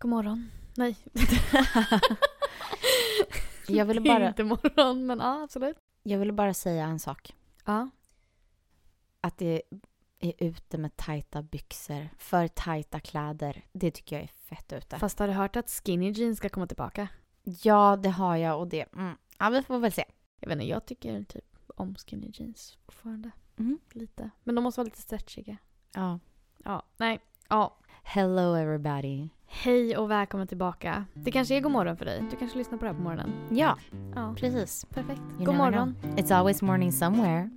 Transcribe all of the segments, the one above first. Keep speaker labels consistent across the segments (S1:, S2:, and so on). S1: God morgon. Nej.
S2: Jag ville
S1: Det är
S2: bara,
S1: Inte morgon, men ja, absolut.
S2: jag ville bara säga en sak.
S1: Ja.
S2: Att det är ute med tajta byxor, för tajta kläder. Det tycker jag är fett ute.
S1: Fast har du hört att skinny jeans ska komma tillbaka?
S2: Ja, det har jag och det... Mm. Ja, vi får väl se.
S1: Jag vet inte, jag tycker typ om skinny jeans fortfarande.
S2: Mm.
S1: Lite. Men de måste vara lite stretchiga.
S2: Ja.
S1: Ja, nej. Ja.
S2: Hello everybody.
S1: Hej och välkommen tillbaka. Det kanske är god morgon för dig. Du kanske lyssnar på det här på morgonen.
S2: Ja,
S1: Ja,
S2: precis.
S1: perfekt.
S2: You
S1: god
S2: never
S1: morgon.
S2: It's always morning somewhere.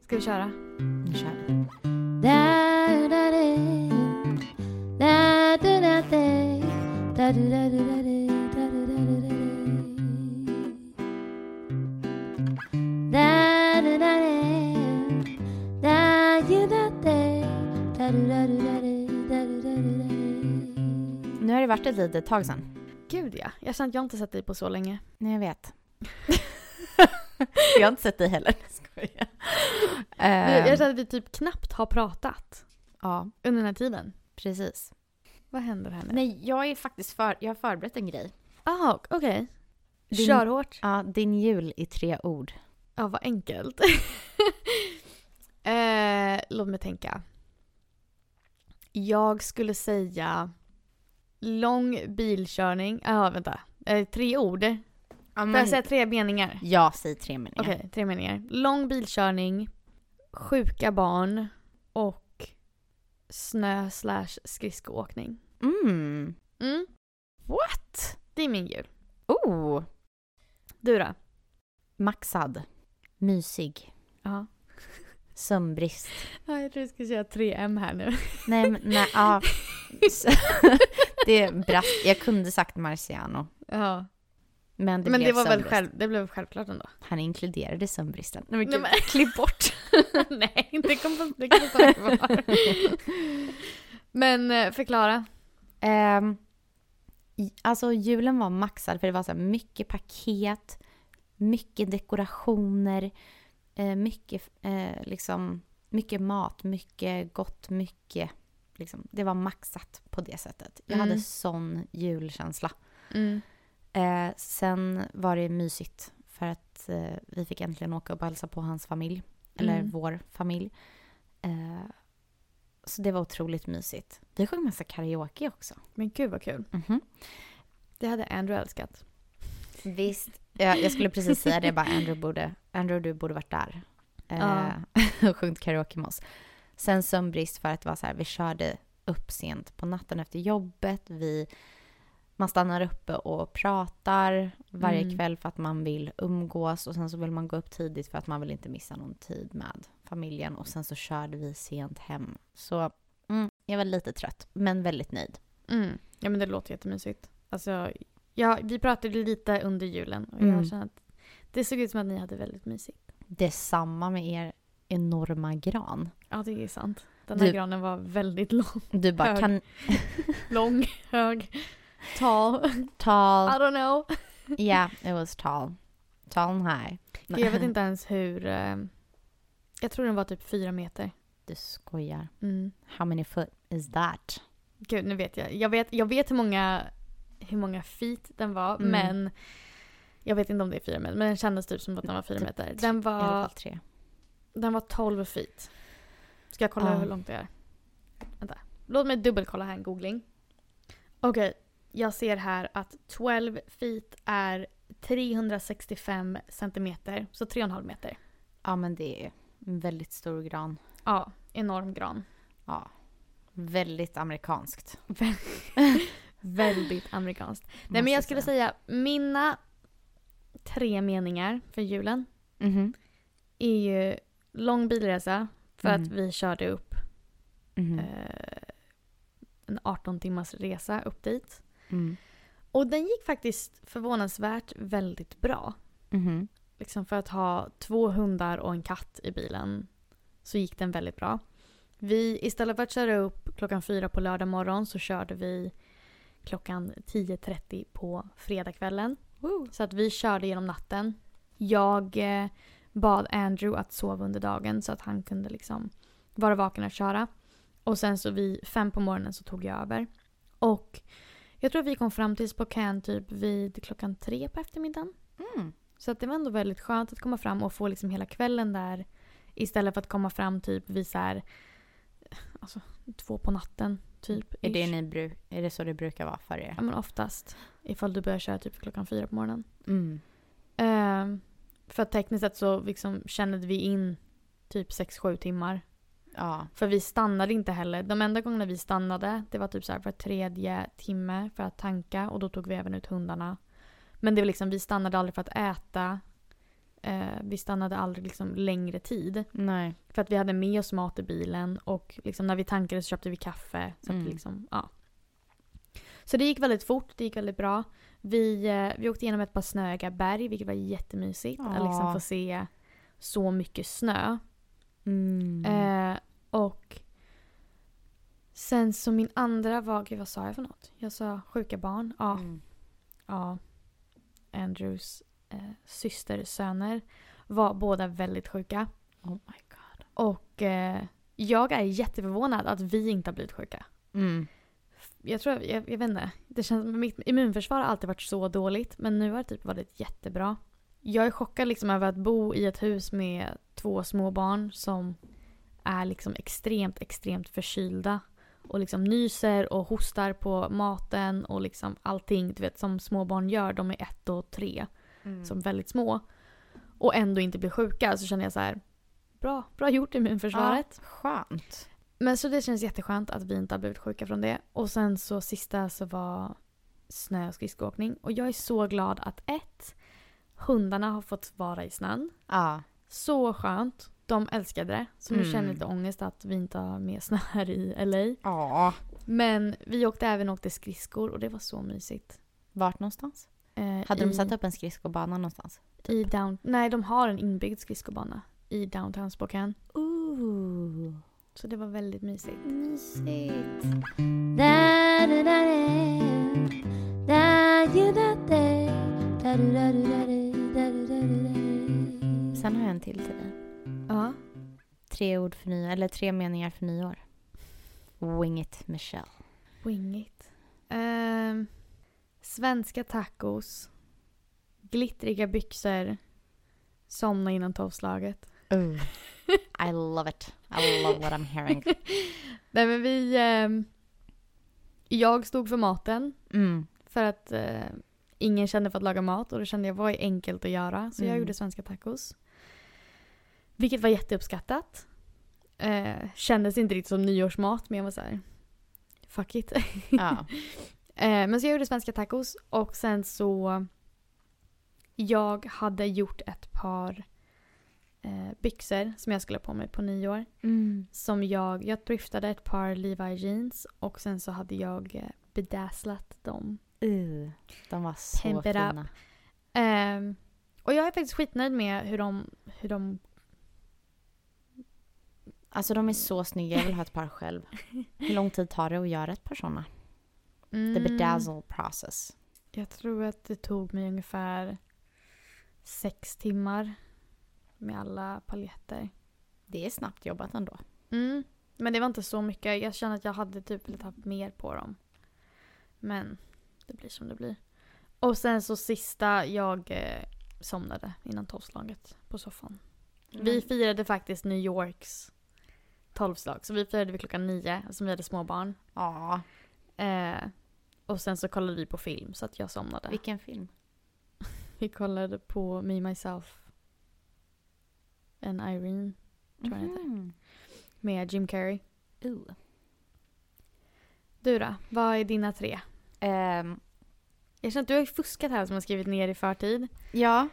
S1: Ska vi köra?
S2: Nu kör vi. Nu har det varit ett litet tag sedan.
S1: Gud ja. Jag känner att jag inte sett dig på så länge.
S2: Nej, jag vet. jag har inte sett dig heller. Skojar.
S1: Vi-
S2: Eh,
S1: Jag känner att vi typ knappt har pratat
S2: ja,
S1: under den här tiden.
S2: precis.
S1: Vad händer här nu?
S2: Nej, jag är faktiskt för, jag har förberett en grej.
S1: Aha, okej.
S2: Din-
S1: Kör hårt.
S2: Ja, din jul i tre ord.
S1: Ja, vad enkelt. eh, låt mig tänka. Jag skulle säga lång bilkörning. Ja, vänta. Eh, tre ord. Får jag säga tre meningar?
S2: Ja, säg tre meningar.
S1: Okej, tre meningar. Lång bilkörning, sjuka barn och snö slash skridskoåkning.
S2: Mm.
S1: Mm. What? Det är min jul.
S2: Oh,
S1: Du då?
S2: maxad. Mysig.
S1: Ja.
S2: Sömnbrist.
S1: ja jag tror vi ska köra 3M här nu.
S2: Nej, men nej, ja. Så- det brast. Jag kunde sagt Marciano.
S1: Ja.
S2: Men det
S1: men
S2: blev
S1: det var väl
S2: sömnbrist.
S1: själv, det blev självklart ändå.
S2: Han inkluderade sömnbristen. Nej, men
S1: Nej,
S2: gud.
S1: men-
S2: Klipp bort.
S1: Nej, det kommer det kommer stanna kvar. Men eh, förklara.
S2: Ehm, i- alltså julen var maxad för det var så här mycket paket, mycket dekorationer, eh, mycket, eh, liksom, mycket mat, mycket gott, mycket. Liksom, det var maxat på det sättet. Jag
S1: Mm.
S2: hade sån julkänsla. Eh, sen var det mysigt för att eh, vi fick äntligen åka och hälsa på hans familj. Eller
S1: Mm.
S2: vår familj. Eh, så det var otroligt mysigt. Vi sjöng massa karaoke också.
S1: Men gud vad kul.
S2: Mhm.
S1: Det hade Andrew älskat.
S2: Visst. Jag, jag skulle precis säga det, bara Andrew, borde, Andrew du borde varit där.
S1: Ja.
S2: Eh, och sjungit karaoke med oss. Sen sömnbrist för att det var så här, vi körde upp sent på natten efter jobbet. Vi, man stannar uppe och pratar varje
S1: Mm.
S2: kväll för att man vill umgås och sen så vill man gå upp tidigt för att man vill inte missa någon tid med familjen och sen så körde vi sent hem. Så mm, jag var lite trött men väldigt nöjd.
S1: Mm. Ja men det låter jättemysigt. Alltså, ja, vi pratade lite under julen och
S2: Mm.
S1: jag känner att det såg ut som att ni hade väldigt mysigt.
S2: Detsamma med er enorma gran.
S1: Ja det är sant. Den här
S2: Du-
S1: granen var väldigt lång,
S2: Du bara,
S1: Hög.
S2: kan,
S1: lång hög, tal. I
S2: Tall.
S1: don't know.
S2: Yeah, it was tall. Tall and high.
S1: Jag vet inte ens hur... eh, Jag tror den var typ fyra meter.
S2: Du skojar.
S1: Mm.
S2: How many foot is that?
S1: Gud, nu vet jag. Jag vet, jag vet hur, många, hur många feet den var,
S2: Mm.
S1: men jag vet inte om det är fyra meter, men den kändes typ som att den var fyra
S2: Typ
S1: meter.
S2: tre-
S1: Den
S2: I alla
S1: var,
S2: fall tre.
S1: den var 12 feet. Ska jag kolla
S2: Ja.
S1: hur långt det är? Vänta. Låt mig dubbelkolla här en googling. Okej, jag ser här att 12 feet är 365 centimeter, så 3,5 meter.
S2: Ja, men det är en väldigt stor gran.
S1: Ja, enorm gran.
S2: Ja. Väldigt amerikanskt.
S1: Väldigt amerikanskt. Nej men jag skulle säga, mina tre meningar för julen
S2: Mhm.
S1: är ju lång bilresa för att
S2: Mm.
S1: vi körde upp
S2: Mhm.
S1: eh, en 18 timmars resa upp dit.
S2: Mm.
S1: Och den gick faktiskt förvånansvärt väldigt bra.
S2: Mhm.
S1: Liksom för att ha två hundar och en katt i bilen så gick den väldigt bra. Vi, istället för att köra upp klockan fyra på lördag morgon så körde vi klockan 10.30 på fredagskvällen. Så att vi körde genom natten. Jag eh, bad Andrew att sova under dagen så att han kunde liksom vara vaken och köra. Och sen så vid fem på morgonen så tog jag över. Och jag tror att vi kom fram till Spokane typ vid klockan tre på eftermiddagen.
S2: Mm.
S1: Så att det var ändå väldigt skönt att komma fram och få liksom hela kvällen där. Istället för att komma fram typ vid så här, alltså, två på natten. Typ,
S2: Är, det
S1: ish.
S2: ni bru- är det så det brukar vara för er?
S1: Ja men oftast. Ifall du börjar köra typ klockan fyra på morgonen.
S2: Mm.
S1: Ehm, för att tekniskt sett så liksom tjänade vi in typ sex sju timmar.
S2: Ja.
S1: För vi stannade inte heller. De enda gångerna vi stannade det var typ så här var tredje timme för att tanka och då tog vi även ut hundarna. Men det var liksom, vi stannade aldrig för att äta. Eh, vi stannade aldrig liksom längre tid.
S2: Nej.
S1: För att vi hade med oss mat i bilen och liksom när vi tankade så köpte vi kaffe. Så,
S2: Mm.
S1: att liksom, ja. så det gick väldigt fort, det gick väldigt bra. Vi, eh, vi åkte igenom ett par snöiga berg vilket var jättemysigt. Att liksom
S2: Ja.
S1: få se så mycket snö.
S2: Mm.
S1: Eh, och sen så min andra var, gud vad sa jag för något? Jag sa sjuka barn. Ja,
S2: Mm.
S1: ja. Andrews eh, systersöner var båda väldigt sjuka.
S2: Oh my god.
S1: Och eh, jag är jätteförvånad att vi inte har blivit sjuka.
S2: Mm.
S1: Jag tror, jag, jag vet inte. Det känns, mitt immunförsvar har alltid varit så dåligt men nu har det typ varit jättebra. Jag är chockad liksom över att bo i ett hus med två små barn som är liksom extremt, extremt förkylda. Och liksom nyser och hostar på maten och liksom allting du vet, som små barn gör. De är ett och tre
S2: Mm.
S1: som väldigt små. Och ändå inte blir sjuka så känner jag så här. Bra, bra gjort immunförsvaret.
S2: Ja, skönt.
S1: Men så det känns jätteskönt att vi inte har blivit sjuka från det. Och sen så sista så var snö och skridskoåkning. Och jag är så glad att ett, hundarna har fått vara i snön.
S2: Ja.
S1: Så skönt. De älskade det. Så nu
S2: Mm.
S1: känner jag lite ångest att vi inte har mer snö här i LA.
S2: Ja.
S1: Men vi åkte även och åkte skridskor och det var så mysigt.
S2: Vart någonstans?
S1: Eh,
S2: Hade
S1: i,
S2: de satt upp en skridskobana någonstans?
S1: I down, nej, de har en inbyggd skridskobana i downtown Spokane.
S2: Ooh.
S1: Så det var väldigt mysigt.
S2: Mysigt. Da, da, da, da. Da, ju, da, da. Da, du, da, du, da, du, da, du, da, du, da, du. Sen har jag en till till dig.
S1: Ja.
S2: Tre ord för nyår, eller tre meningar för nyår. Wing it, Michelle.
S1: Wing it. Ehm, svenska tacos. Glittriga byxor. Somna innan tolvslaget.
S2: Oh. I love it. I love what I'm hearing.
S1: Nej men vi... ehm, jag stod för maten
S2: Mm.
S1: för att eh, ingen kände för att laga mat och då kände jag vad är enkelt att göra. Så jag
S2: Mm.
S1: gjorde svenska tacos. Vilket var jätteuppskattat. Eh, kändes inte riktigt som nyårsmat men jag var så här... Fuck it.
S2: Ja.
S1: Eh, men så jag gjorde svenska tacos och sen så... Jag hade gjort ett par eh, byxor som jag skulle ha på mig på nyår.
S2: Mm.
S1: Som jag, jag driftade ett par Levi jeans och sen så hade jag eh, bedazzlat dem.
S2: Uh, de var så
S1: Pimp it
S2: fina.
S1: Ehm, och jag är faktiskt skitnöjd med hur de, hur de...
S2: Alltså de är så snygga, jag vill ha ett par själv. Hur lång tid tar det att göra ett par sådana? The bedazzle process.
S1: mm, Jag tror att det tog mig ungefär sex timmar med alla paljetter.
S2: Det är snabbt jobbat ändå.
S1: Mm. Men det var inte så mycket. Jag känner att jag hade typ velat haft mer på dem. Men det blir som det blir. Och sen så sista, jag eh, somnade innan tolvslaget på soffan.
S2: Mm.
S1: Vi firade faktiskt New Yorks tolvslag. Så vi firade vid klockan nio eftersom vi hade småbarn.
S2: Ja,
S1: Eh, och sen så kollade vi på film så att jag somnade. Vi,
S2: vilken film.
S1: kollade på Me, Myself and Irene Tror jag den heter.
S2: Mhm.
S1: med Jim Carrey.
S2: Ooh.
S1: Du då? Vad är dina tre?
S2: Ehm,
S1: Jag känner att du har ju fuskat här som har skrivit ner i förtid.
S2: ja.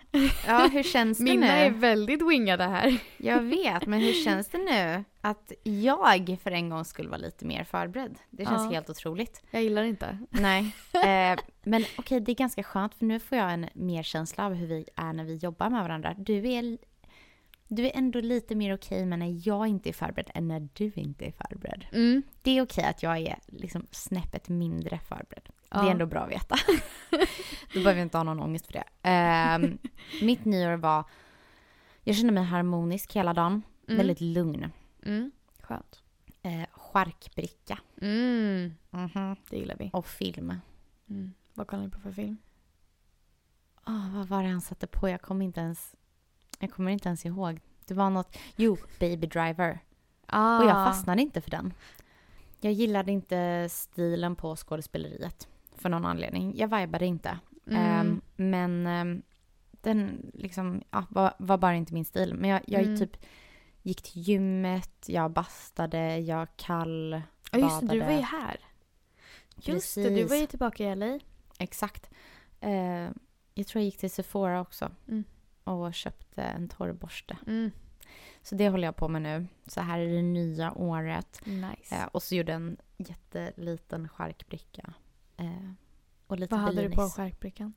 S2: ja, hur känns det
S1: Mina är
S2: nu?
S1: väldigt wingade här.
S2: Jag vet, men hur känns det nu? Att jag för en gång skulle vara lite mer förberedd. Det känns
S1: Ja.
S2: helt otroligt.
S1: Jag gillar inte.
S2: Nej. Eh, men okej, det är ganska skönt för nu får jag en mer känsla av hur vi är när vi jobbar med varandra. Du är, du är ändå lite mer okej med när jag inte är förberedd än när du inte är förberedd.
S1: Mm.
S2: Det är okej att jag är liksom snäppet mindre förberedd. Det
S1: Ja.
S2: är ändå bra att veta. Då behöver jag inte ha någon ångest för det. Eh, mitt nyår var... Jag kände mig harmonisk hela dagen.
S1: Mm.
S2: Väldigt lugn.
S1: Mm. Skönt.
S2: Eh, charkbricka.
S1: Mm,
S2: Mhm.
S1: det gillar vi.
S2: Och film.
S1: Mm. Vad kollar ni på för film?
S2: Åh, Ah, vad var det han satte på? Jag kommer inte ens, jag kommer inte ens ihåg. Det var något, jo, Baby Driver.
S1: Ah,
S2: Och jag fastnade inte för den. Jag gillade inte stilen på skådespeleriet för någon anledning. Jag vibade inte.
S1: Mm.
S2: Ehm, men ehm, den liksom, ja, var, var bara inte min stil. Men jag, jag
S1: Mm.
S2: typ gick till gymmet, jag bastade, jag kall...
S1: Ja just det, du var
S2: badade.
S1: ju här. Just det, du var ju tillbaka i LA.
S2: Exakt. Eh, jag tror jag gick till Sephora också
S1: Mm.
S2: och köpte en torrborste.
S1: Mm.
S2: Så det håller jag på med nu. Så här är det nya året.
S1: Nice.
S2: Eh, och så gjorde jag en jätteliten charkbricka. Eh, och lite
S1: Vad hade du på
S2: bellinis.
S1: charkbrickan?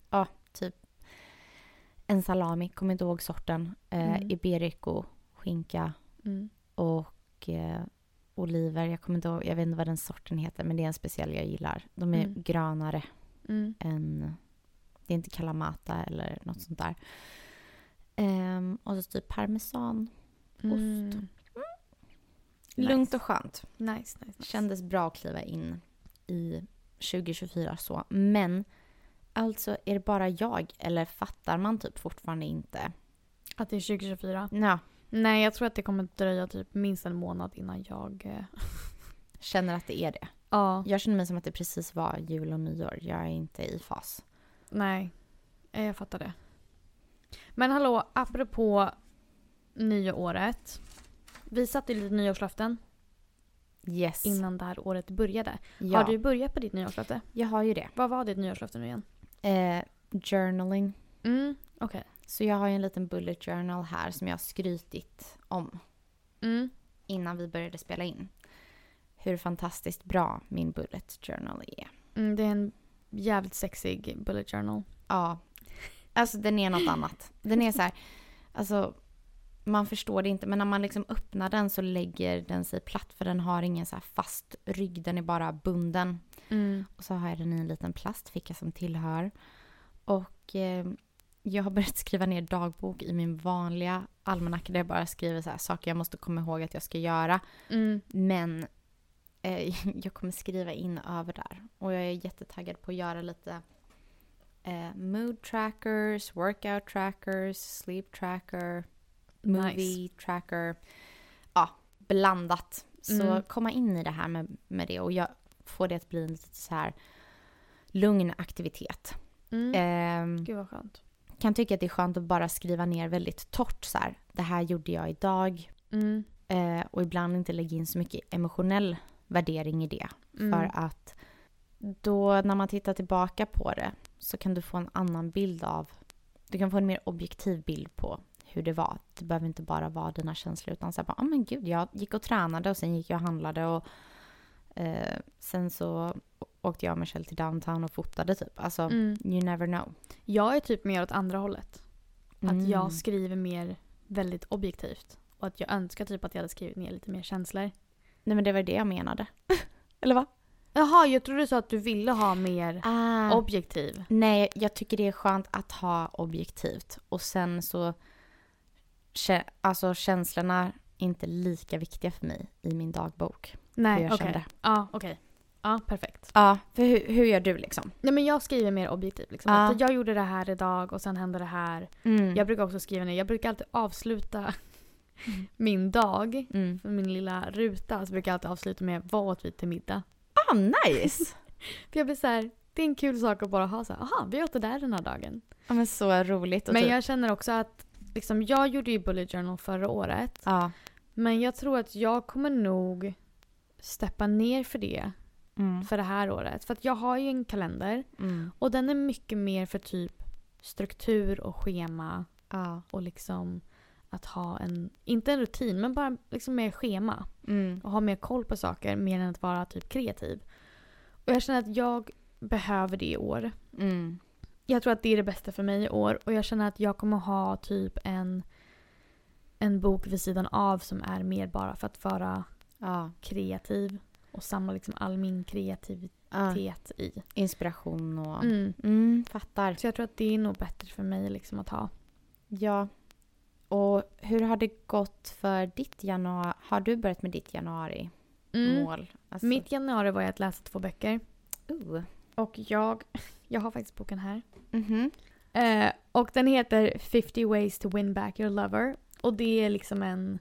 S2: En salami, kommer inte ihåg sorten. Eh,
S1: Mm.
S2: Iberico, skinka
S1: Mm.
S2: och eh, oliver. Jag, kommer inte ihåg, jag vet inte vad den sorten heter, men det är en speciell jag gillar. De är
S1: Mm.
S2: grönare
S1: Mm.
S2: än... Det är inte kalamata eller något sånt där. Ehm, och så typ parmesan.
S1: Mm. Nice.
S2: Lugnt och skönt.
S1: Nice, nice, nice.
S2: Kändes bra att kliva in i 2024 så. Men alltså, är det bara jag eller fattar man typ fortfarande inte?
S1: Att det är 2024?
S2: Ja,
S1: Nej, jag tror att det kommer dröja typ minst en månad innan jag... eh,
S2: känner att det är det.
S1: Ja,
S2: Jag känner mig som att det precis var jul och nyår. Jag är inte i fas.
S1: nej. Eh, Jag fattar det. Men hallå, apropå nyåret. Vi satte ju lite nyårslöften
S2: Yes.
S1: innan det här året började.
S2: ja,
S1: Har du börjat på ditt nyårslöfte?
S2: Jag har ju det.
S1: Vad var ditt nyårslöfte nu igen?
S2: Eh, journaling.
S1: Mm, okej.
S2: Så jag har ju en liten bullet journal här som jag har skrytit om
S1: Mm,
S2: innan vi började spela in. Hur fantastiskt bra min bullet journal är.
S1: mm, det är en jävligt sexig bullet journal.
S2: Ja, alltså den är något annat. Den är så här, alltså man förstår det inte men när man liksom öppnar den så lägger den sig platt för den har ingen så här fast rygg, den är bara bunden.
S1: Mm.
S2: Och så har jag den i en liten plastficka som tillhör. Och eh, jag har börjat skriva ner dagbok i min vanliga almanacka där jag bara skriver så här, saker jag måste komma ihåg att jag ska göra.
S1: Mm.
S2: Men eh, jag kommer skriva in över där. Och jag är jättetaggad på att göra lite eh, mood trackers, workout trackers, sleep tracker, movie tracker. Ja, blandat. Så
S1: Mm.
S2: komma in i det här med, med det och jag får det att bli en lite så här lugn aktivitet.
S1: Mm.
S2: Ehm,
S1: Gud vad skönt.
S2: kan tycka att det är skönt att bara skriva ner väldigt torrt så här. Det här gjorde jag idag.
S1: Mm.
S2: Eh, och ibland inte lägga in så mycket emotionell värdering i det.
S1: Mm.
S2: För att då när man tittar tillbaka på det så kan du få en annan bild av, du kan få en mer objektiv bild på hur det var. Det behöver inte bara vara dina känslor utan så här bara, ah, men gud jag gick och tränade och sen gick jag och handlade och eh, sen så åkte jag och Michelle till downtown och fotade typ. Alltså,
S1: Mm.
S2: you never know.
S1: Jag är typ mer åt andra hållet. Att
S2: Mm.
S1: jag skriver mer väldigt objektivt. Och att jag önskar typ att jag hade skrivit ner lite mer känslor.
S2: Nej men det var det jag menade. Eller va?
S1: Jaha, jag trodde du sa att du ville ha mer
S2: Ah.
S1: objektiv.
S2: Nej, jag tycker det är skönt att ha objektivt och sen så kä- alltså känslorna är inte lika viktiga för mig i min dagbok. Hur
S1: Nej,
S2: jag
S1: okej.
S2: kände.
S1: Ja, okej. Ja, perfekt.
S2: Ja, för hur, hur gör du liksom?
S1: Nej men jag skriver mer objektivt. Liksom.
S2: Ja.
S1: Att jag gjorde det här idag och sen hände det här.
S2: Mm.
S1: Jag brukar också skriva ner, jag brukar alltid avsluta min dag.
S2: Mm.
S1: För min lilla ruta så brukar jag alltid avsluta med vad åt vi till middag?
S2: Ah, nice!
S1: För jag blir så här, det är en kul sak att bara ha så här, aha, vi åt det där den här dagen.
S2: ja, men så roligt. Och
S1: Men
S2: typ,
S1: jag känner också att liksom, jag gjorde ju bullet journal förra året.
S2: ja.
S1: Men jag tror att jag kommer nog steppa ner för det
S2: Mm.
S1: för det här året. För att jag har ju en kalender
S2: Mm.
S1: och den är mycket mer för typ struktur och schema
S2: Ja.
S1: och liksom att ha en, inte en rutin, men bara liksom mer schema
S2: Mm.
S1: och ha mer koll på saker mer än att vara typ kreativ. Och jag känner att jag behöver det i år.
S2: Mm.
S1: Jag tror att det är det bästa för mig i år och jag känner att jag kommer ha typ en, en bok vid sidan av som är mer bara för att vara
S2: Ja.
S1: kreativ och samla liksom all min kreativitet
S2: Ja.
S1: i.
S2: Inspiration och... Mm.
S1: Mm.
S2: fattar.
S1: Så jag tror att det är nog bättre för mig liksom att ha.
S2: Ja. Och hur har det gått för ditt januari? Har du börjat med ditt januari?
S1: Mm.
S2: mål. Alltså,
S1: Mitt januari var jag att läsa två böcker.
S2: uh.
S1: Och jag, jag har faktiskt boken här.
S2: Mhm.
S1: Eh, och den heter 50 ways to win back your lover. Och det är liksom en,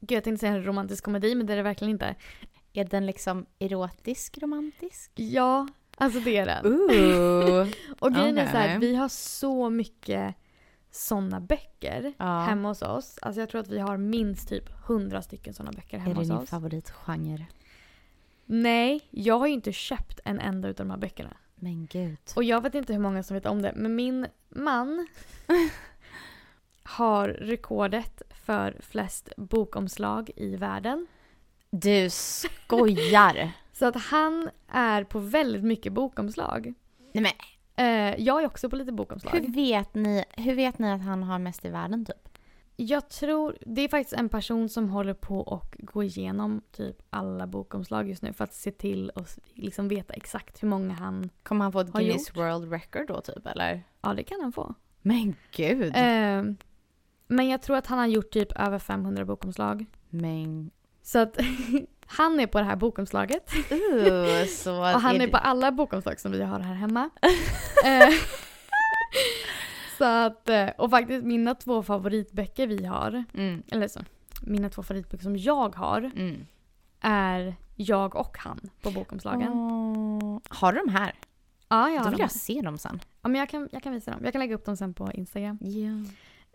S1: gud jag tänkte säga en romantisk komedi men det är det verkligen inte.
S2: Är den liksom erotisk romantisk?
S1: Ja, alltså det är den.
S2: Ooh.
S1: Och grejen är så här,
S2: Okej.
S1: vi har så mycket sådana böcker
S2: Ja.
S1: hemma hos oss. Alltså jag tror att vi har minst typ hundra stycken sådana böcker
S2: är
S1: hemma
S2: det
S1: hos
S2: din
S1: oss.
S2: favoritgenre?
S1: Nej, jag har ju inte köpt en enda utav de här böckerna.
S2: Men gud.
S1: Och jag vet inte hur många som vet om det, men min man har rekordet för flest bokomslag i världen.
S2: Du skojar!
S1: Så att han är på väldigt mycket bokomslag.
S2: Nej men
S1: Eh, jag är också på lite bokomslag.
S2: hur vet, ni, hur vet ni att han har mest i världen typ?
S1: Jag tror, det är faktiskt en person som håller på och gå igenom typ alla bokomslag just nu för att se till och s- liksom veta exakt hur många han,
S2: Kommer han få ett
S1: Har
S2: Guinness
S1: gjort?
S2: World Record då typ eller?
S1: ja det kan han få.
S2: Men gud!
S1: Eh, men jag tror att han har gjort typ över 500 bokomslag.
S2: Men
S1: Så att han är på det här bokomslaget
S2: uh, så
S1: och han
S2: är
S1: är
S2: det-
S1: på alla bokomslag som vi har här hemma. Eh, så att, eh, och faktiskt mina två favoritböcker vi har,
S2: Mm,
S1: eller så, mina två favoritböcker som jag har
S2: mm.
S1: är jag och han på bokomslagen.
S2: Åh, Har du de här?
S1: Ja, jag
S2: då
S1: har
S2: vill
S1: dem.
S2: jag se dem sen.
S1: Ja, men jag kan, jag kan visa dem. Jag kan lägga upp dem sen på Instagram.
S2: Ja.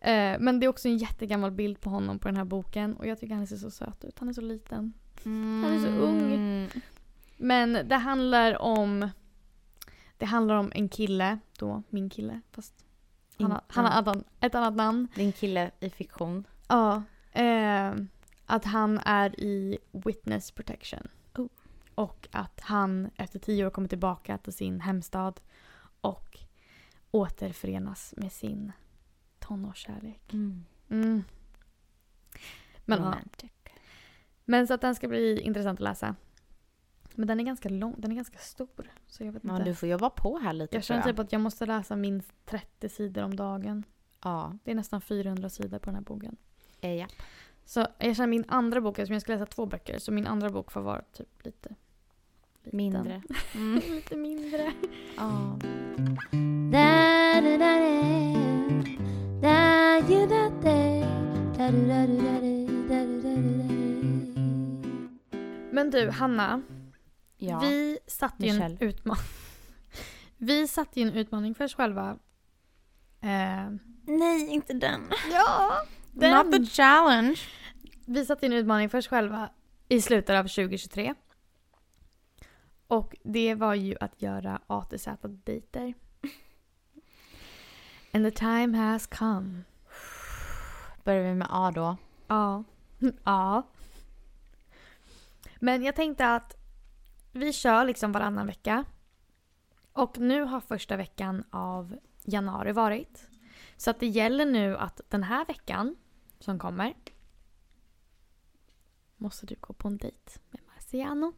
S1: Eh, men det är också en jättegammal bild på honom på den här boken och jag tycker han ser så söt ut. Han är så liten.
S2: Mm.
S1: Han är så ung. Men det handlar om Det handlar om en kille då, min kille. Fast han har, han har ett annan- ett annat namn.
S2: Din kille i fiktion.
S1: Ja. Eh, att han är i witness protection.
S2: Oh.
S1: Och att han efter tio år kommer tillbaka till sin hemstad och återförenas med sin tonårskärlek. Mm. Men, ja.
S2: Romantic.
S1: Men så att den ska bli intressant att läsa. Men den är ganska lång, den är ganska stor. Så jag vet
S2: Ja,
S1: inte.
S2: du får jobba på här lite
S1: Jag
S2: tror
S1: känner typ att jag måste läsa minst 30 sidor om dagen.
S2: Ja,
S1: Det är nästan 400 sidor på den här boken.
S2: eh, ja.
S1: Så jag känner min andra bok, eftersom jag ska läsa två böcker, så min andra bok får vara typ lite... liten.
S2: Mindre.
S1: lite mindre.
S2: Ja.
S1: Men du, Hanna.
S2: Ja.
S1: Vi satte ju en
S2: Michelle.
S1: utmaning. Vi satte ju en utmaning för oss själva. Eh,
S2: Nej, inte den.
S1: ja!
S2: Not the challenge.
S1: Vi satte in en utmaning för oss själva i slutet av 2023. Och det var ju att göra A till Z-dejter. And the time has come.
S2: Börjar vi med A då?
S1: Ja. ja. Men jag tänkte att vi kör liksom varannan vecka. Och nu har första veckan av januari varit. Så att det gäller nu att den här veckan som kommer måste du gå på en dejt med Marciano.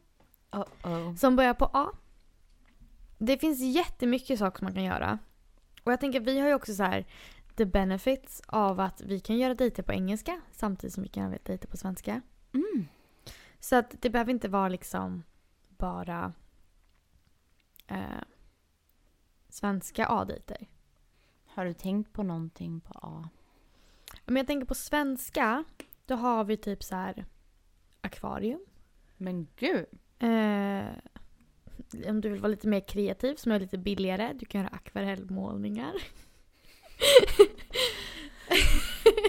S2: Oh, oh.
S1: Som börjar på A. Det finns jättemycket saker man kan göra. Och jag tänker vi har ju också så här the benefits av att vi kan göra dejter på engelska samtidigt som vi kan göra dejter på svenska.
S2: Mm.
S1: Så att det behöver inte vara liksom bara eh, svenska A-dejter.
S2: Har du tänkt på någonting på A?
S1: Men jag tänker på svenska, då har vi typ så här akvarium.
S2: Men gud.
S1: Eh, om du vill vara lite mer kreativ som är lite billigare, du kan göra akvarellmålningar.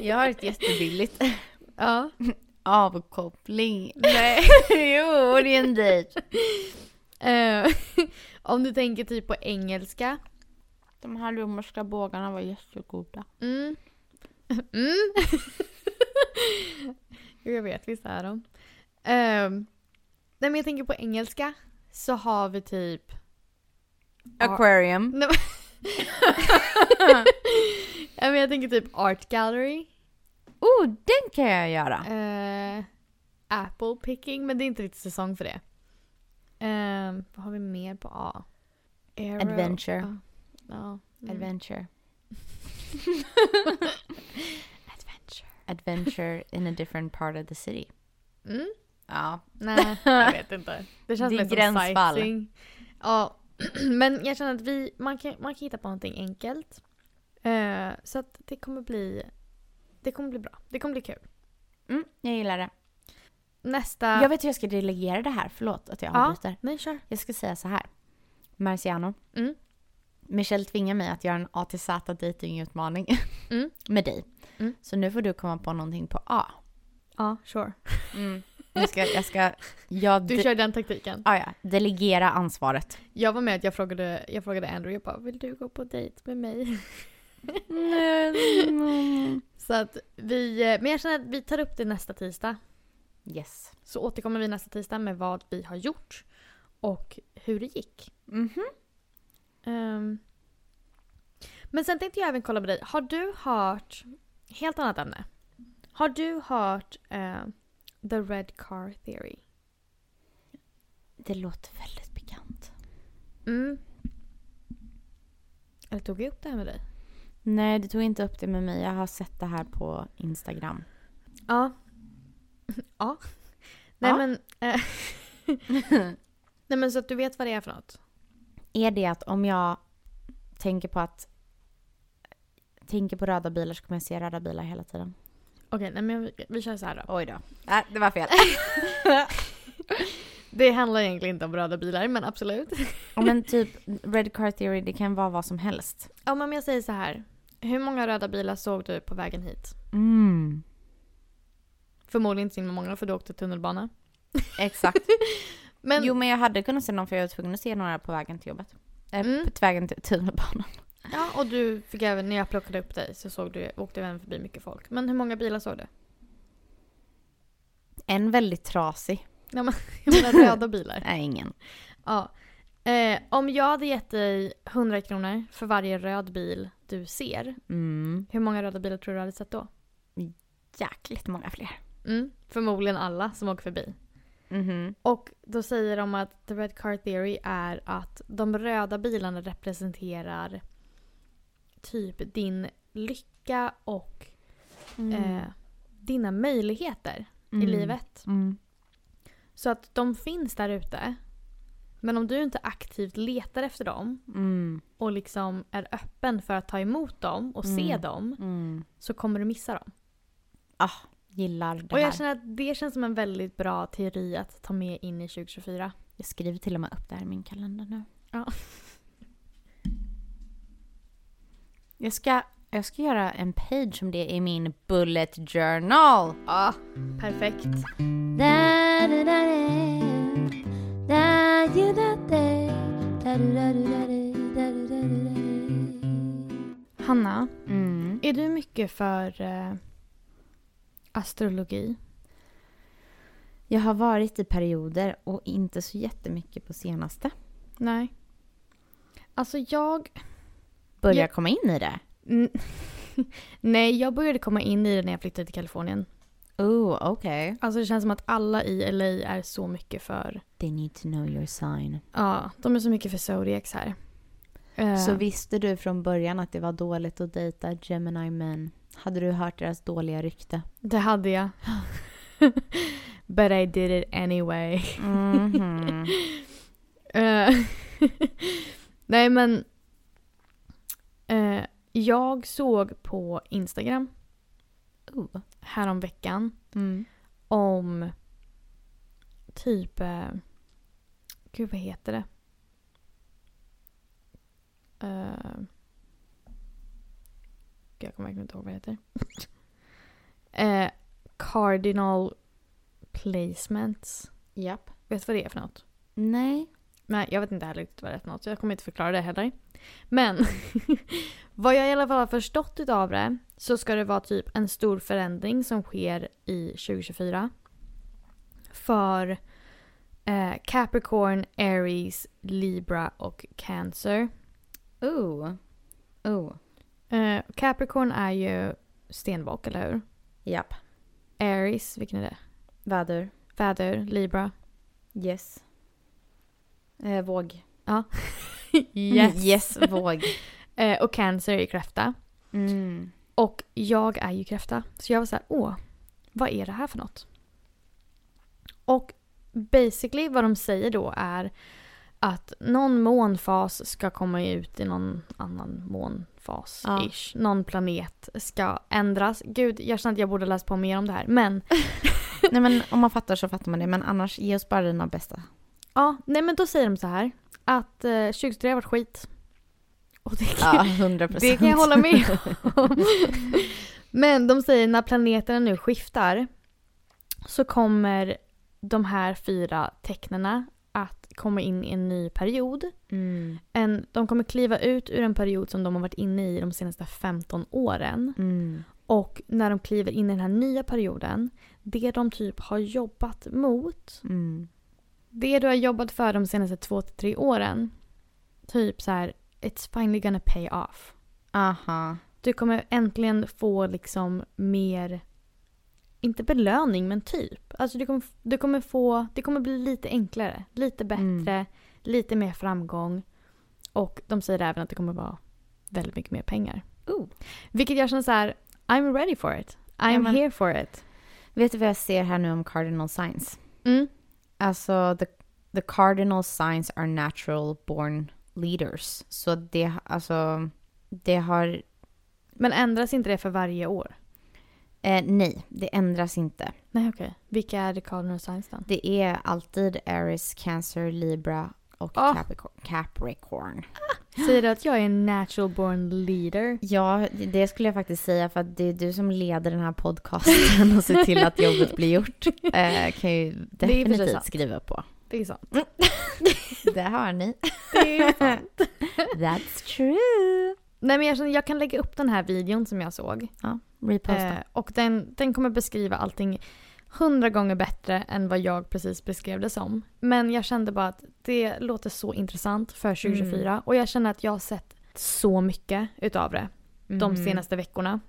S2: Jag har ett jättebilligt
S1: Ja.
S2: avkoppling.
S1: Nej.
S2: jo, det är en dejt.
S1: Eh, om du tänker typ på engelska.
S2: De här romerska bågarna var jättegoda.
S1: Mm. Mm. Jo, jag vet, visst är de. Um, nej men jag tänker på engelska så har vi typ...
S2: Aquarium.
S1: Nej, men jag tänker typ art gallery.
S2: Oh, den kan jag göra.
S1: Eh, apple picking, men det är inte riktigt säsong för det. Ehm, vad har vi mer på A? Aero.
S2: Adventure.
S1: Ja. Ja. Mm.
S2: Adventure.
S1: Adventure.
S2: Adventure in a different part of the city.
S1: Mm.
S2: Ja.
S1: Nej, jag vet inte. Det känns
S2: Det är
S1: lite som
S2: gränsfall.
S1: sightseeing. Ja, men jag känner att vi, man, kan, man kan hitta på någonting enkelt. Eh, så att det kommer bli det kommer bli bra. Det kommer bli kul.
S2: Mm, jag gillar det.
S1: Nästa...
S2: Jag vet hur jag ska delegera det här. Förlåt att jag
S1: Ja.
S2: avbryter.
S1: Nej, kör.
S2: Jag ska säga så här. Marciano.
S1: Mm.
S2: Michelle tvingar mig att göra en A till Z datingutmaning
S1: Mm.
S2: med dig.
S1: Mm.
S2: Så nu får du komma på någonting på A.
S1: Ja, sure.
S2: Jag ska... Jag ska jag
S1: Mm. Du
S2: de-
S1: kör den taktiken.
S2: ah, ja. Delegera ansvaret.
S1: Jag var med att jag frågade, jag frågade Andrew, jag bara vill du gå på dejt med mig? Så att vi, eh, men jag känner att vi tar upp det nästa tisdag.
S2: Yes.
S1: Så återkommer vi nästa tisdag med vad vi har gjort och hur det gick. Mhm. Ehm, men sen tänkte jag även kolla med dig. Har du hört, helt annat ämne. Har du hört eh, the red car theory?
S2: Det låter väldigt bekant.
S1: Mm. Eller tog jag upp det här med dig?
S2: Nej, du tog inte upp det med mig. Jag har sett det här på Instagram.
S1: Ja. Ja. Nej
S2: Ja.
S1: men... Eh, Nej men så att du vet vad det är för något.
S2: Är det att om jag tänker på att tänker på röda bilar så kommer jag se röda bilar hela tiden?
S1: Okej, nej men vi, vi kör så här då.
S2: Oj då. Nej, det var fel.
S1: Det handlar egentligen inte om röda bilar, men absolut.
S2: Ja, men typ Red Car Theory, det kan vara vad som helst.
S1: Ja, men om jag säger så här. Hur många röda bilar såg du på vägen hit?
S2: Mm.
S1: Förmodligen inte så himla många, för du åkte tunnelbana.
S2: Exakt.
S1: Men
S2: Jo, men jag hade kunnat se någon för jag var tvungen att se några på vägen till jobbet. Eh,
S1: Mm.
S2: På vägen till tunnelbanan.
S1: ja, och du fick även, när jag plockade upp dig så såg du, åkte även förbi mycket folk. Men hur många bilar såg du?
S2: En väldigt trasig.
S1: Jag menar röda bilar.
S2: Nej, ingen.
S1: Ja. Eh, om jag hade gett dig 100 kronor för varje röd bil du ser,
S2: Mm.
S1: hur många röda bilar tror du du hade sett då?
S2: Jäkligt många fler.
S1: Mm, förmodligen alla som åker förbi.
S2: Mhm.
S1: Och då säger de att the red car theory är att de röda bilarna representerar typ din lycka och eh, dina möjligheter i
S2: Mm.
S1: livet.
S2: Mm.
S1: Så att de finns där ute. Men om du inte aktivt letar efter dem
S2: Mm.
S1: och liksom är öppen för att ta emot dem och se
S2: Mm.
S1: dem
S2: Mm.
S1: så kommer du missa dem.
S2: Gillar det
S1: och
S2: här.
S1: jag känner att det känns som en väldigt bra teori att ta med in i 2024.
S2: jag skriver till och med upp det här i min kalender nu.
S1: Ja.
S2: Jag ska, jag ska göra en page om det i min bullet journal.
S1: Ja, perfekt.
S2: Da, da, da, da. Da, ju, da, da. Da, du, da, du, da, du, da, du, da, du, da, du.
S1: Hanna,
S2: Mm.
S1: är du mycket för eh, astrologi?
S2: Jag har varit i perioder och inte så jättemycket på senaste.
S1: Nej. Alltså jag...
S2: Börjar
S1: Ja.
S2: komma in i det.
S1: N- Nej, jag började komma in i det när jag flyttade till Kalifornien.
S2: Oh, okej.
S1: Alltså det känns som att alla i LA är så mycket för...
S2: They need to know your sign.
S1: Ja, de är så mycket för Zodiacs här. Eh,
S2: Så visste du från början att det var dåligt att dejta Gemini män? Hade du hört deras dåliga rykte?
S1: Det hade jag. But I did it anyway.
S2: Mm-hmm.
S1: Eh, Nej men. eh, jag såg på Instagram uh,
S2: Oh.
S1: häromveckan
S2: Mm.
S1: om typ... Eh, gud vad heter det? Eh, gud, jag kommer verkligen inte ihåg vad det heter. eh, cardinal placements.
S2: Japp.
S1: Vet du vad det är för något?
S2: Nej.
S1: Nej, jag vet inte heller riktigt vad det är för något. så Jag kommer inte förklara det heller. Men vad jag i alla fall har förstått utav det så ska det vara typ en stor förändring som sker i 2024. För eh, Capricorn, Aries, Libra och Cancer.
S2: Oh. Oh.
S1: Eh, Capricorn är ju stenbock, eller hur?
S2: Japp.
S1: Aries, vilken är det?
S2: Väder.
S1: Väder, Libra.
S2: Yes. Eh, våg.
S1: yes.
S2: Mm, våg.
S1: Eh, och Cancer är kräfta.
S2: Mm.
S1: Och jag är ju kräfta. Så jag var så här, åh, vad är det här för något? Och basically vad de säger då är att någon månfas ska komma ut i någon annan månfas-ish. Någon planet ska ändras. Gud, jag känner att jag borde läst på mer om det här. Men
S2: Nej men om man fattar så fattar man det. Men annars, ge oss bara dina bästa.
S1: ja, nej men då säger de så här att eh, 2023 har varit skit. Och det kan,
S2: Ja, 100 procent.
S1: Det kan jag hålla med om. Men de säger när planeterna nu skiftar så kommer de här fyra tecknena att komma in i en ny period.
S2: Mm.
S1: En, de kommer kliva ut ur en period som de har varit inne i de senaste 15 åren.
S2: Mm.
S1: Och när de kliver in i den här nya perioden, det de typ har jobbat mot,
S2: Mm.
S1: det du har jobbat för de senaste två till tre åren, typ så här, it's finally gonna pay off.
S2: Aha.
S1: Du kommer äntligen få liksom mer, inte belöning men typ. Alltså du kommer, du kommer få, det kommer bli lite enklare, lite
S2: Mm.
S1: bättre, lite mer framgång. Och de säger även att det kommer vara väldigt mycket mer pengar.
S2: Oh.
S1: Vilket jag känner så här, I'm ready for it. I'm
S2: Ja, men-
S1: here for it.
S2: Vet du vad jag ser här nu om cardinal signs?
S1: Mm.
S2: Alltså, the, the cardinal signs are natural born leaders. Så det, alltså, det har...
S1: Men ändras inte det för varje år?
S2: Eh, nej, det ändras inte.
S1: Nej okej. Vilka är det Cardinal Signs då?
S2: Det är alltid Aries, Cancer, Libra och
S1: Ah.
S2: Capricorn. Capricorn.
S1: Säger du att jag är en natural born leader?
S2: Ja, det- det skulle jag faktiskt säga för att det är du som leder den här podcasten och ser till att jobbet blir gjort. Eh, kan ju
S1: är i och för sig
S2: definitivt
S1: sant.
S2: skriva på.
S1: Det är sant.
S2: Det har ni.
S1: Det är sant.
S2: That's true.
S1: Nej men jag, känner, jag kan lägga upp den här videon som jag såg.
S2: Ja, reposta.
S1: Eh, och den, den kommer beskriva allting hundra gånger bättre än vad jag precis beskrev det som. Men jag kände bara att det låter så intressant för 2024 och jag känner att jag har sett så mycket utav det de
S2: Mm.
S1: senaste veckorna.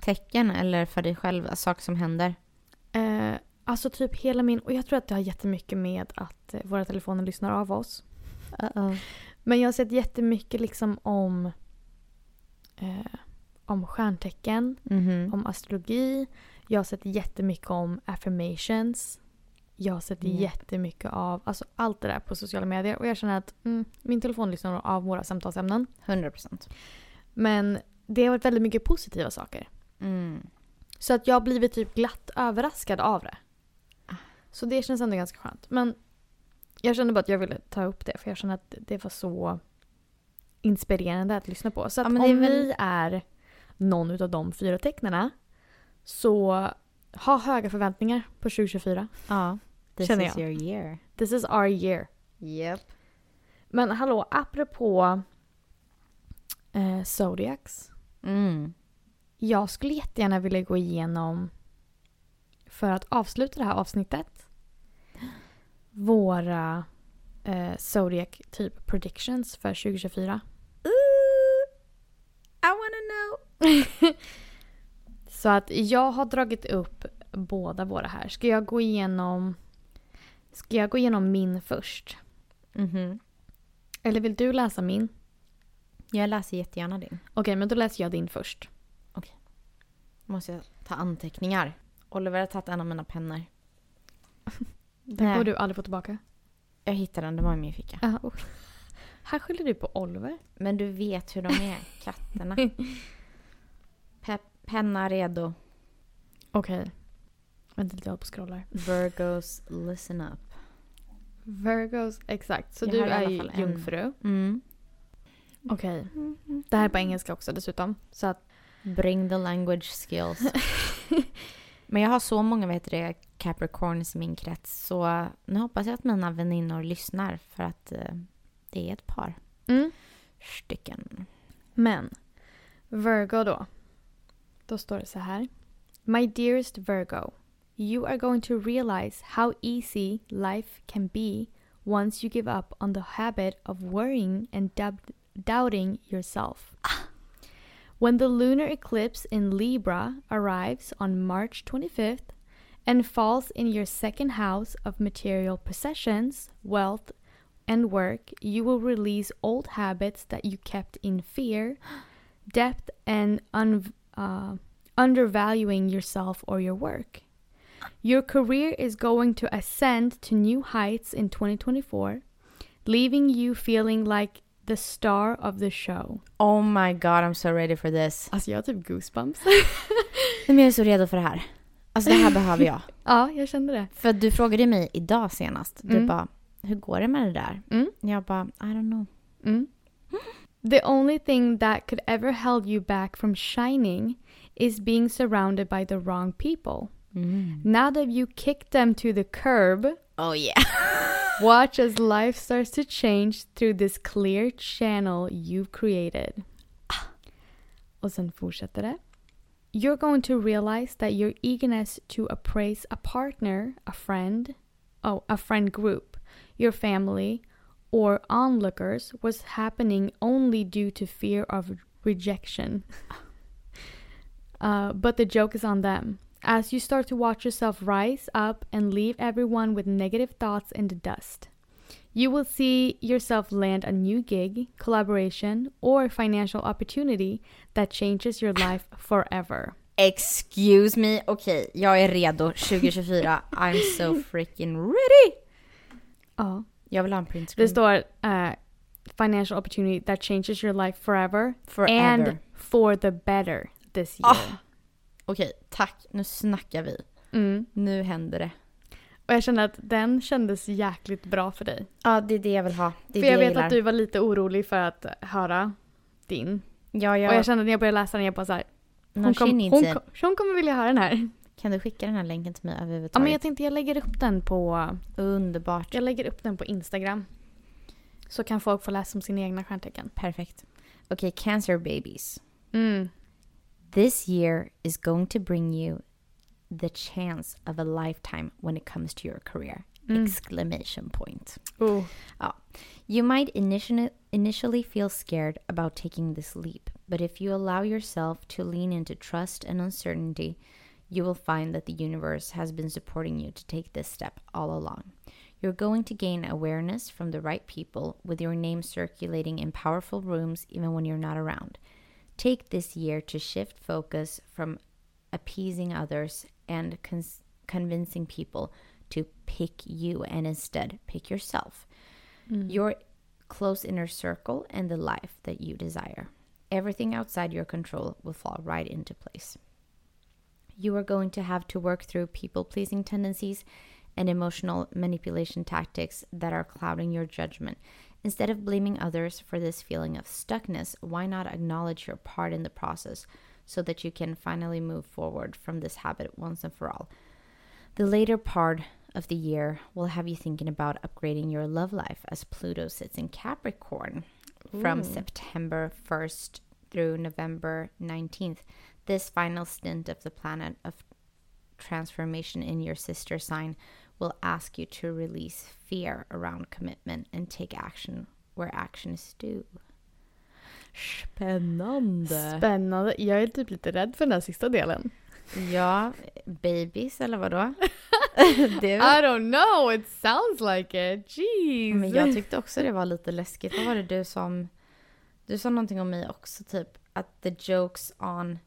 S2: Tecken eller för dig själv, saker som händer.
S1: Eh, alltså typ hela min, och jag tror att det har jättemycket med att eh, våra telefoner lyssnar av oss.
S2: Uh-oh.
S1: Men jag har sett jättemycket liksom om, eh, om stjärntecken,
S2: Mhm.
S1: om astrologi. Jag har sett jättemycket om affirmations. Jag har sett
S2: Japp.
S1: jättemycket av alltså allt det där på sociala medier. Och jag känner att mm, min telefon lyssnar av våra samtalsämnen.
S2: 100 procent.
S1: Men det har varit väldigt mycket positiva saker.
S2: Mm.
S1: Så att jag har blivit typ glatt överraskad av det. Så det känns ändå ganska skönt. Men jag kände bara att jag ville ta upp det för jag känner att det var så inspirerande att lyssna på. Så att
S2: Ja, men det är
S1: om
S2: väl-
S1: vi är någon utav de fyra tecknarna så ha höga förväntningar på 2024.
S2: Ja, this
S1: Känner
S2: is
S1: jag.
S2: your year.
S1: This is our year.
S2: Yep.
S1: Men hallå, apropå eh, Zodiacs.
S2: Mm.
S1: Jag skulle jättegärna vilja gå igenom, för att avsluta det här avsnittet, våra eh, Zodiac typ predictions för 2024.
S2: Ooh, I wanna know.
S1: Så att jag har dragit upp båda våra här. Ska jag gå igenom, ska jag gå igenom min först?
S2: Mhm.
S1: Eller vill du läsa min?
S2: Jag läser jättegärna din.
S1: Okej, men då läser jag din först.
S2: Måste jag ta anteckningar? Oliver har tagit en av mina pennor.
S1: Den
S2: Nej.
S1: får du aldrig få tillbaka.
S2: Jag hittade den, den var i min ficka.
S1: Aha. Här skyller du på Oliver.
S2: Men du vet hur de är, katterna. Pe- penna redo.
S1: Okej. Vänta lite, jag håller på och scrollar.
S2: Virgos, listen up.
S1: Virgos, exakt. Så
S2: Jag
S1: du
S2: har i
S1: är
S2: alla
S1: ju
S2: fall en.
S1: jungfru. Mm.
S2: Mm.
S1: Okej. Det här är på engelska också dessutom. Så att,
S2: Bring the language skills. Men jag har så många, vad heter det, Capricorns i min krets. Så nu hoppas jag att mina väninnor lyssnar för att eh, det är ett par
S1: Mm.
S2: stycken.
S1: Men, Virgo då. Då står det så här. My dearest Virgo. You are going to realize how easy life can be once you give up on the habit of worrying and dub- doubting yourself. When the lunar eclipse in Libra arrives on March 25th and falls in your second house of material possessions, wealth, and work, you will release old habits that you kept in fear, depth, and un- uh, undervaluing yourself or your work. Your career is going to ascend to new heights in 2024, leaving you feeling like the star of the show.
S2: Oh my god, I'm so ready for this.
S1: Alltså jag har typ goosebumps.
S2: Nej, men jag är så redo för det här. Alltså det här behöver jag.
S1: ja, jag kände det.
S2: För du frågade mig idag senast. Du
S1: Mm.
S2: bara, hur går det med det där?
S1: Mm.
S2: Jag bara, I don't know.
S1: Mm. The only thing that could ever hold you back from shining is being surrounded by the wrong people. Now that you kick them to the curb,
S2: Oh yeah.
S1: watch as life starts to change through this clear channel you've created. Och sen fortsätter det. You're going to realize that your eagerness to appraise a partner, a friend, oh, a friend group, your family, or onlookers was happening only due to fear of rejection. Uh, but the joke is on them. As you start to watch yourself rise up and leave everyone with negative thoughts in the dust, you will see yourself land a new gig, collaboration, or financial opportunity that changes your life forever.
S2: Excuse me. Okej, jag är redo 2024. I'm so freaking ready.
S1: Ja.
S2: Jag vill ha en print
S1: Det
S2: screen.
S1: står eh, financial opportunity that changes your life forever,
S2: Forever. Ah.
S1: and for the better this year.
S2: Okej, tack. Nu snackar vi.
S1: Mm.
S2: Nu händer det.
S1: Och jag kände att den kändes jäkligt bra för dig.
S2: Ja, det är det jag vill ha. Det är
S1: för jag
S2: det
S1: vet att du var lite orolig för att höra din.
S2: Ja, jag...
S1: Och jag kände när jag började läsa den, jag bara såhär,
S2: Någon
S1: hon, kom,
S2: skinny
S1: hon,
S2: inside.
S1: kom- hon kommer vilja höra den här.
S2: Kan du skicka den här länken till mig överhuvudtaget?
S1: Ja men jag tänkte jag lägger upp den på,
S2: Underbart.
S1: jag lägger upp den på Instagram. Så kan folk få läsa om sina egna stjärntecken.
S2: Perfekt. Okej, cancer babies.
S1: Mm.
S2: This year is going to bring you the chance of a lifetime when it comes to your career.
S1: Mm.
S2: Exclamation point.
S1: Oh.
S2: You might initially initially feel scared about taking this leap, but if you allow yourself to lean into trust and uncertainty, you will find that the universe has been supporting you to take this step all along. You're going to gain awareness from the right people with your name circulating in powerful rooms even when you're not around. Take this year to shift focus from appeasing others and cons- convincing people to pick you and instead pick yourself your close inner circle and the life that you desire. Everything outside your control will fall right into place. You are going to have to work through people pleasing tendencies and emotional manipulation tactics that are clouding your judgment. Instead of blaming others for this feeling of stuckness, why not acknowledge your part in the process so that you can finally move forward from this habit once and for all? The later part of the year will have you thinking about upgrading your love life as Pluto sits in Capricorn from September 1st through November 19th. This final stint of the planet of transformation in your sister sign will ask you to release fear around commitment and take action where action is due. Spännande.
S1: Spännande. Jag är typ lite rädd för den här sista delen.
S2: Ja, babies eller vadå? Det er är väl
S1: I don't know, it sounds like it. Jeez.
S2: Men jag tyckte också det var lite läskigt. Vad var det du som... Du sa någonting om mig också, typ att the jokes on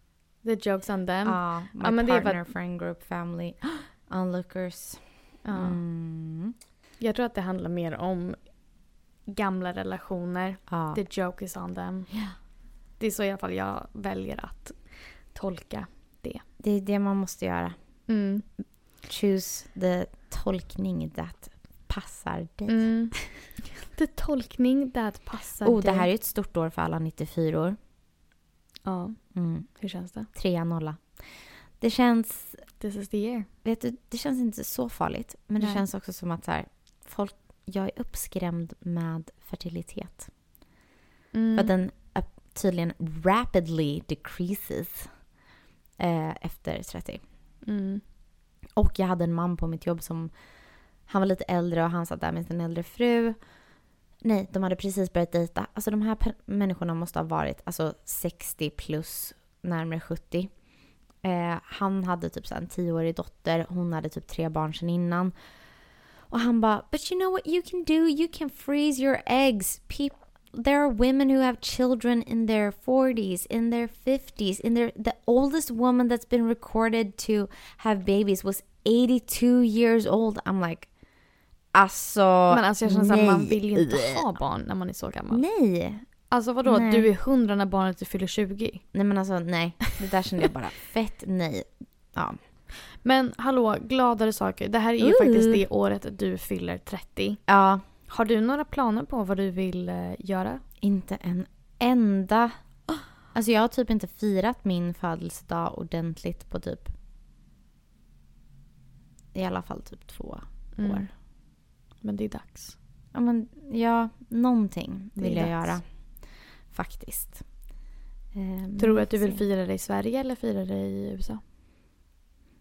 S1: The joke's on them.
S2: ah, my
S1: men det är för
S2: partner, friend group, family, onlookers.
S1: Ja.
S2: Mm.
S1: Jag tror att det handlar mer om gamla relationer.
S2: Ja.
S1: The joke is on them.
S2: Ja.
S1: Det är så i alla fall jag väljer att tolka.
S2: Det är det man måste göra.
S1: Mm.
S2: Choose the tolkning that passar dig.
S1: Mm. The tolkning that passar
S2: Oh, det här är
S1: dig.
S2: ett stort år för alla 94-år.
S1: Ja,
S2: Mm.
S1: hur känns det?
S2: Trea, nolla. Det känns
S1: This is the year.
S2: vet du, det känns inte så farligt. Men det
S1: Nej.
S2: känns också som att så här, folk, jag är uppskrämd med fertilitet.
S1: Mm.
S2: För att den upp- tydligen rapidly decreases eh, efter 30.
S1: Mm.
S2: Och jag hade en man på mitt jobb som, han var lite äldre och han satt där med sin äldre fru. Nej, de hade precis börjat dejta. Alltså de här per- människorna måste ha varit alltså 60 plus, närmare 70. Eh, han hade typ så här en tioårig dotter, hon hade typ tre barn sedan innan. Och han bara, but you know what you can do? You can freeze your eggs. Peop there are women who have children in their 40s, in their 50s, in their... The oldest woman that's been recorded to have babies was 82 years old. I'm like, alltså
S1: Men alltså jag känner såhär, man
S2: nej.
S1: vill ju inte ha barn när man är så gammal.
S2: Nej.
S1: Alltså vadå,
S2: Nej.
S1: du är 100 när barnet fyller 20?
S2: Nej men alltså nej. Det där kände jag bara fett nej. Ja.
S1: Men hallå, gladare saker. Det här är ju
S2: Ooh.
S1: faktiskt det året du fyller 30.
S2: Ja,
S1: Har du några planer på vad du vill eh, göra?
S2: inte en enda. Alltså jag har typ inte firat min födelsedag ordentligt på typ i alla fall typ två
S1: Mm.
S2: år.
S1: Men det är dags.
S2: Ja, men, ja någonting
S1: Det är
S2: vill jag
S1: dags.
S2: göra. Faktiskt. Ehm,
S1: Tror du
S2: vi
S1: att du
S2: får
S1: vill
S2: se.
S1: fira det i Sverige eller fira det i USA?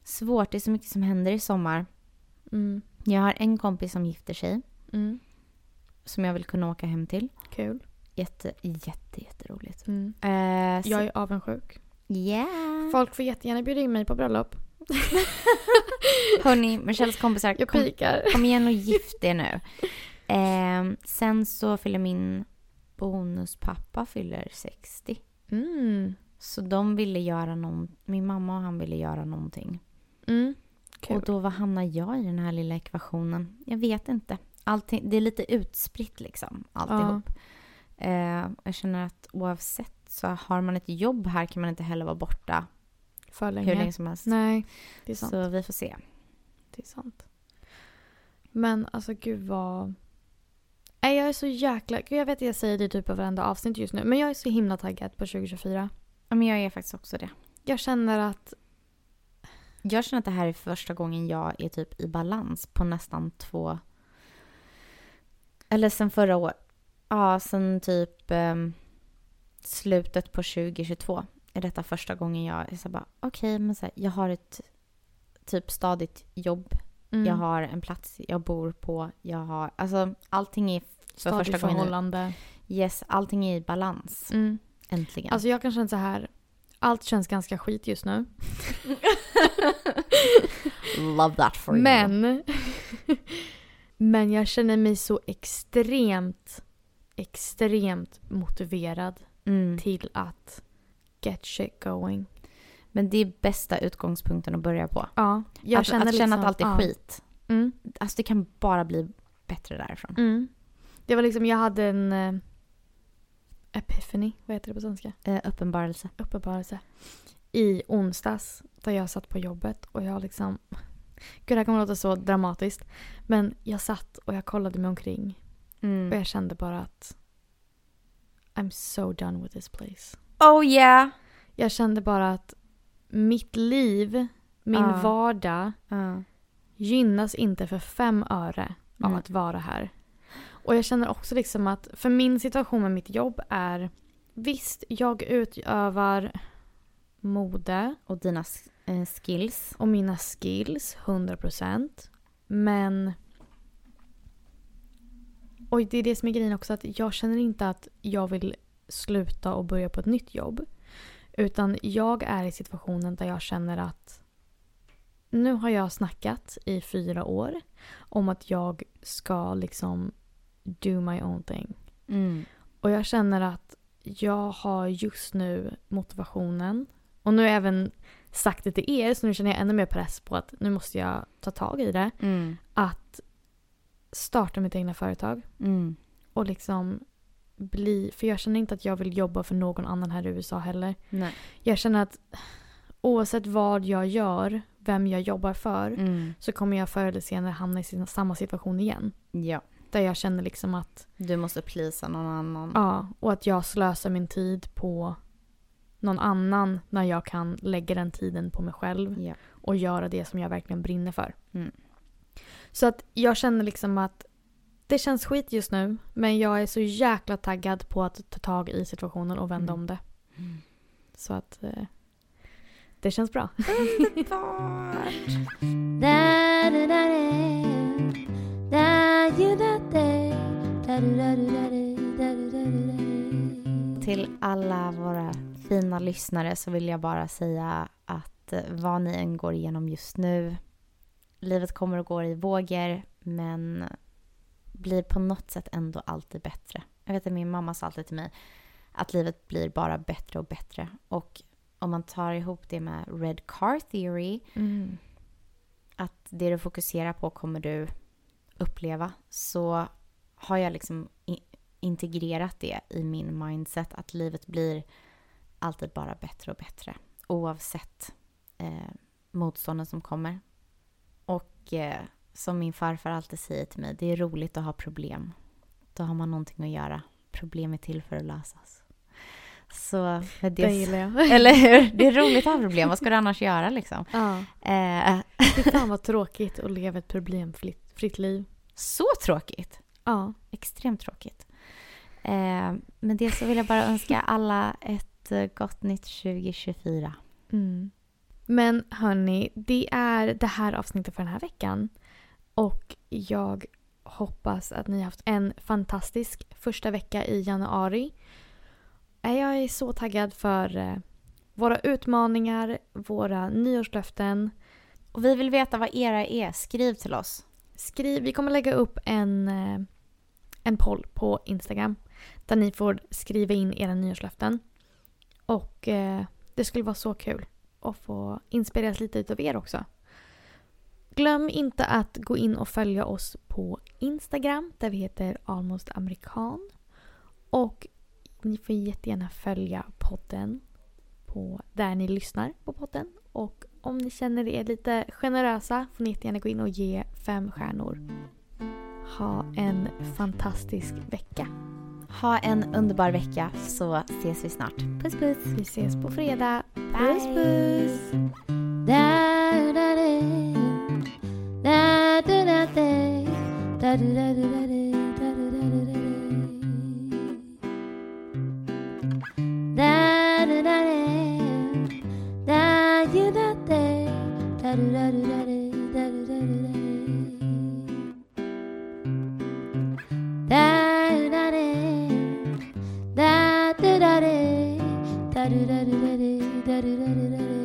S2: Svårt, det är så mycket som händer i sommar.
S1: Mm.
S2: Jag har en kompis som gifter sig
S1: Mm.
S2: som jag vill kunna åka hem till.
S1: Kul.
S2: Jätte, jätte, jätteroligt.
S1: Mm.
S2: Eh, så-
S1: Jag är avundsjuk.
S2: Yeah!
S1: Folk får jättegärna bjuda in mig på bröllop.
S2: Hörni, Michelles kompisar,
S1: Jag
S2: kom,
S1: pikar.
S2: kom igen och gift er nu. Ehm, sen så fyller min bonuspappa fyller 60.
S1: Mm.
S2: Så de ville göra någon, min mamma och han ville göra någonting.
S1: Mm. Kul.
S2: Och då vad hamnar jag i den här lilla ekvationen? Jag vet inte. Allting, det är lite utspritt liksom, alltihop. Eh, jag känner att oavsett så har man ett jobb här kan man inte heller vara borta
S1: För länge.
S2: hur länge som helst.
S1: Nej, det är sant.
S2: så vi får se.
S1: Det är sant. Men alltså gud vad... Nej, jag är så jäkla... Gud, jag vet att jag säger det i typ av varenda avsnitt just nu. Men jag är så himla taggad på 2024.
S2: Ja, men jag är faktiskt också det.
S1: Jag känner att...
S2: Jag känner att det här är första gången jag är typ i balans på nästan två... Eller sen förra året. Ja, sen typ ehm, slutet på 2022 är detta första gången jag är så här bara okej, men så här, jag har ett typ stadigt jobb.
S1: Mm,
S2: Jag har en plats jag bor på. Jag har, alltså allting är,
S1: stadigt
S2: första gången nu.
S1: förhållande.
S2: yes, allting är i balans.
S1: Mm.
S2: Äntligen.
S1: Alltså jag kan känna så här. Allt känns ganska skit just nu.
S2: Love that for you.
S1: Men... men jag känner mig så extremt, extremt motiverad
S2: Mm.
S1: till att get shit going.
S2: Men det är bästa utgångspunkten att börja på.
S1: Ja, jag
S2: alltså, att,
S1: känner
S2: att känna
S1: liksom-
S2: att allt är
S1: ja.
S2: skit.
S1: Mm.
S2: Alltså det kan bara bli bättre därifrån.
S1: Mm. Det var liksom, jag hade en eh, epiphany, vad heter det på svenska?
S2: Eh, uppenbarelse.
S1: Uppenbarelse. I onsdags, där jag satt på jobbet och jag liksom... Gud, det här kommer låta så dramatiskt. Men jag satt och jag kollade mig omkring
S2: Mm.
S1: och jag kände bara att I'm so done with this place.
S2: Oh yeah!
S1: Jag kände bara att mitt liv, min
S2: Ja.
S1: vardag gynnas inte för fem öre av
S2: Mm.
S1: att vara här. Och jag känner också liksom att för min situation med mitt jobb är visst, jag utövar mode
S2: Och dina s- eh, skills.
S1: och mina skills 100% men och det är det som är grejen också att jag känner inte att jag vill sluta och börja på ett nytt jobb utan jag är i situationen där jag känner att nu har jag snackat i fyra år om att jag ska liksom do my own thing.
S2: Mm.
S1: Och jag känner att jag har just nu motivationen. Och nu har jag även sagt det till er så nu känner jag ännu mer press på att nu måste jag ta tag i det.
S2: Mm.
S1: Att starta mitt egna företag
S2: Mm.
S1: och liksom bli... För jag känner inte att jag vill jobba för någon annan här i USA heller.
S2: Nej.
S1: Jag känner att oavsett vad jag gör, vem jag jobbar för
S2: Mm.
S1: så kommer jag förr eller senare hamna i sin- samma situation igen.
S2: Ja.
S1: Där jag känner liksom att
S2: Du måste plisa någon annan.
S1: Ja, och att jag slösar min tid på någon annan när jag kan lägga den tiden på mig själv
S2: Ja.
S1: och göra det som jag verkligen brinner för.
S2: Mm.
S1: Så att jag känner liksom att det känns skit just nu men jag är så jäkla taggad på att ta tag i situationen och vända
S2: Mm.
S1: om det. Så att eh, det känns bra.
S2: Till alla våra fina lyssnare så vill jag bara säga att eh, vad ni än går igenom just nu, livet kommer och går i vågor men blir på något sätt ändå alltid bättre. Jag vet att min mamma sa alltid till mig att livet blir bara bättre och bättre.
S1: Mm.
S2: Och om man tar ihop det med Red Car Theory, att det du fokuserar på kommer du uppleva så har jag liksom i- integrerat det i min mindset att livet blir alltid bara bättre och bättre oavsett eh, motstånden som kommer. Och eh, som min farfar alltid säger till mig, det är roligt att ha problem. Då har man någonting att göra. Problem är till för att lösas. Så med
S1: Den
S2: det
S1: gillar jag.
S2: eller hur? Det är roligt att ha problem. Vad ska du annars göra liksom?
S1: ja.
S2: Eh,
S1: Fy fan vad tråkigt att leva ett problemfritt fritt liv.
S2: så tråkigt.
S1: Ja.
S2: Extremt tråkigt. Eh, med det så vill jag bara önska alla ett eh, gott nytt 2024.
S1: Mm. Men hörni, det är det här avsnittet för den här veckan. Och jag hoppas att ni har haft en fantastisk första vecka i januari. Eh, Jag är så taggad för eh, våra utmaningar, våra nyårslöften.
S2: Och vi vill veta vad era är. Skriv till oss.
S1: Skriv, vi kommer lägga upp en, eh, en poll på Instagram där ni får skriva in era nyårslöften. Och eh, det skulle vara så kul att få inspireras lite utav er också. Glöm inte att gå in och följa oss på Instagram där vi heter almostamerikan. Och ni får jättegärna följa podden på där ni lyssnar på podden. Och om ni känner er lite generösa får ni jättegärna gå in och ge fem stjärnor. Ha en fantastisk vecka.
S2: Ha en underbar vecka så ses vi snart. Puss puss.
S1: Vi ses på fredag.
S2: Puss puss.
S3: Da da da da da da da da da da da da da da da.